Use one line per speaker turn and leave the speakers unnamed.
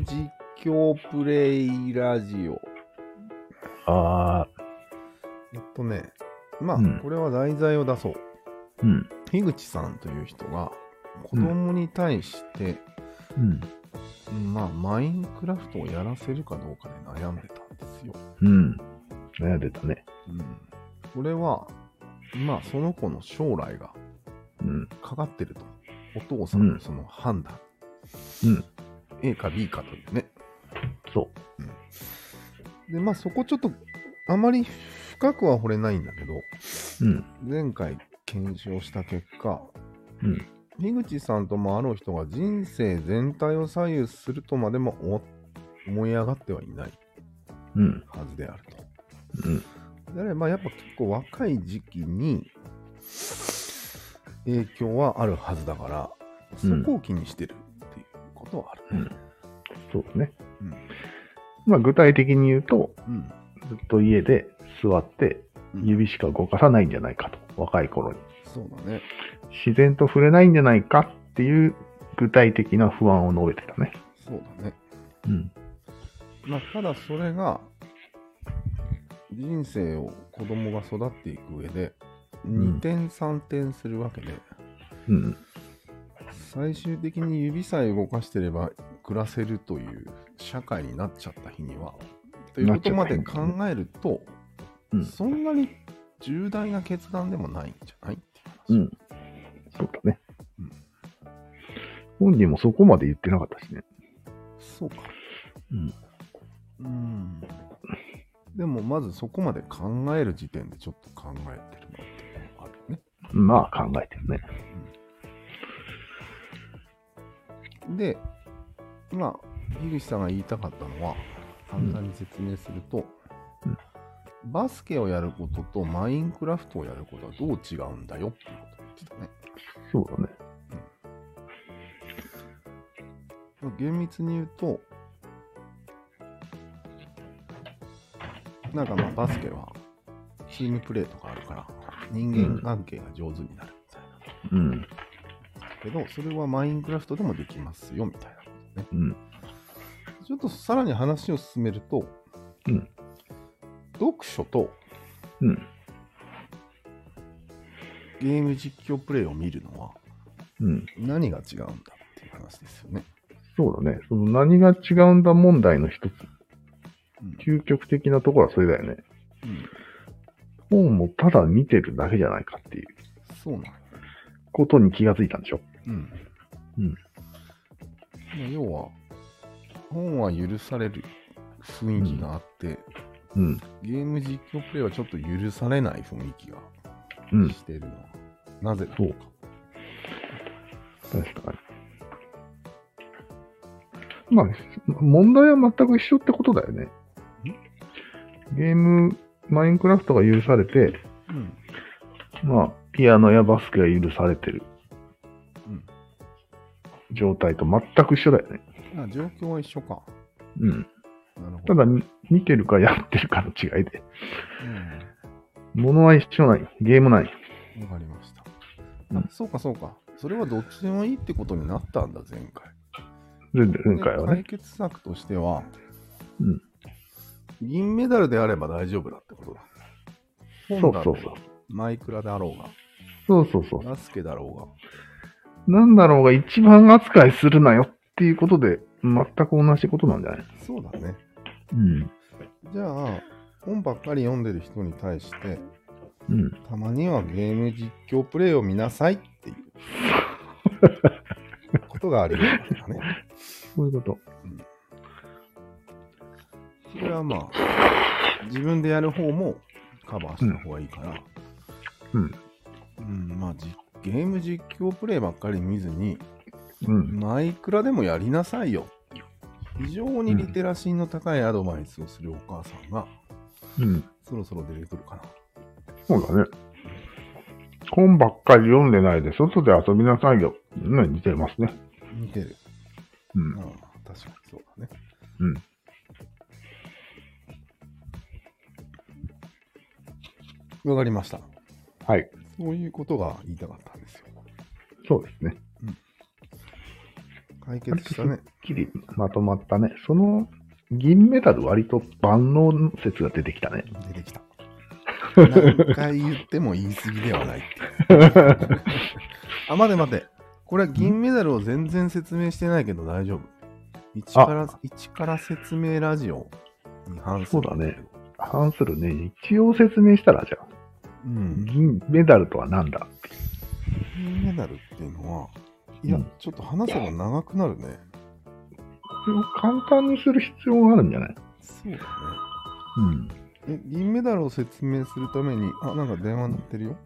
実況プレイラジオ。
ああ、
えっとね、まあ、
うん
これは題材を出そう。
うん。
樋口さんという人が、子供に対して、
うん。
まあ、マインクラフトをやらせるかどうかで悩んでたんですよ。
うん。悩んでたね。
うん。これは、まあ、その子の将来が
うん。
かかってると。お父さんのその判断。
うん。
A か B かというね。
そ
で、まあ、そこちょっと、あまり深くは掘れないんだけど、
う。うん。
前回検証した結果、
うん
樋口さんともあろう人が人生全体を左右するとまでも思思い上がってはいない
うん。
はずであると。
うん。
であればやっぱ結構若い時期に影響はあるはずだから、そ
うん
こを気にしてるっていうことはあるね。
そうですね。
うん
まあ具体的に言うと、
うん
ずっと家で座って
うん
指しか動かさないんじゃないかと。若い頃に。
そうだね。
自然と触れないんじゃないかっていう具体的な不安を述べてたね。
そうだね。
うん。
まあ、ただそれが人生を子供が育っていく上で
ん
2点3点するわけで、
うん。
最終的に指さえ動かしてれば暮らせるという社会になっちゃった日にはということまで考えると、
うん
そんなに重大な決断でもないんじゃないって
う
いう話、
ん。そうだね。
うん
本人もそこまで言ってなかったしね。
そうか
うん。
うんでもまずそこまで考える時点でちょっと考えてるなっていうのがあるよね
まあ考えてるね。
で、まあ、樋口さんが言いたかったのは、簡単に説明すると、
うん
バスケをやることとマインクラフトをやることはどう違うんだよっていうことを言ってたね。
そうだね。
まあ厳密に言うと、なんかまあバスケはチームプレーとかあるから、人間関係が上手になるみたいな。
うん。
けど、それはマインクラフトでもできますよみたいなことね。
うん。
ちょっとさらに話を進めると、
うん
読書と
うん。
ゲーム実況プレイを見るのは
うん。
何が違うんだっていう話ですよね。
そうだね。その何が違うんだ問題の一つ、
うん
究極的なところはそれだよね。本をただ見てるだけじゃないかっていう
そうなの。
ことに気がついたんでしょ。
うん。
うん
まあ要は、本は許される雰囲気があって、
うん。
ゲーム実況プレイはちょっと許されない雰囲気が
うん。
してるのは、なぜだろうか。
確かに。まあ、問題は全く一緒ってことだよね。ゲーム、マインクラフトが許されて、
うん。
まあ、ピアノやバスケが許されてる
うん
状態と全く一緒だよね。
まあ状況は一緒か。
うん。
なるほど。
ただ、み見てるかやってるかの違いで。
うん
物は一緒ない。ゲームない。
わかりました。
うん
あそうかそうか。それはどっちでもいいってことになったんだ、前回。
前前回は
で解
ね。
決策としては、
うん
銀メダルであれば大丈夫だってことだ。
そう
本
そ
だ
う
ろ
そうう
が。マイクラだろ
そうそうそう
が、バスケだろ
なんだろうが一番扱いするなよっていうことで、全く同じことなんじゃないう
が。そうだね。
うん。
じゃあ、本ばっかり読んでる人に対して、
うん。
たまにはゲーム実況プレイを見なさいっていうことがありますからね。
そういうこと。
それはまあ、自分でやる方もカバーした方がいいから、
うん。
うん、まあ、じゲーム実況プレイばっかり見ずに、
うん。
マイクラでもやりなさいよ。非常にリテラシーの高いアドバイスをするお母さんが、
うん。
そろそろ出てくるかな。
そうだね。本ばっかり読んでないで、外で遊びなさいよ。ね、似てますね。
見てる。
う
うん、
ん。
確かにそうだね。
うん。
わかりました。
はい。
そういうことが言いたかったんですよ。
そうですね。
解決したね。
きりまとまったね。その銀メダル割と万能説が出てきたね。
出てきた。何回言っても言い過ぎではないっていう。 あ、待て待て。これは銀メダルを全然説明してないけど大丈夫。一から、一から説明ラジオに反する。
そうだね。反するね、一応説明したらじゃあ、
うん。
銀メダルとは何だ
銀メダルっていうのは、いや、
うん
ちょっと話せば長くなるね。
これを簡単にする必要があるんじゃない
そうだね。
うん。
え、銀メダルを説明するために、あ、なんか電話鳴ってるよ。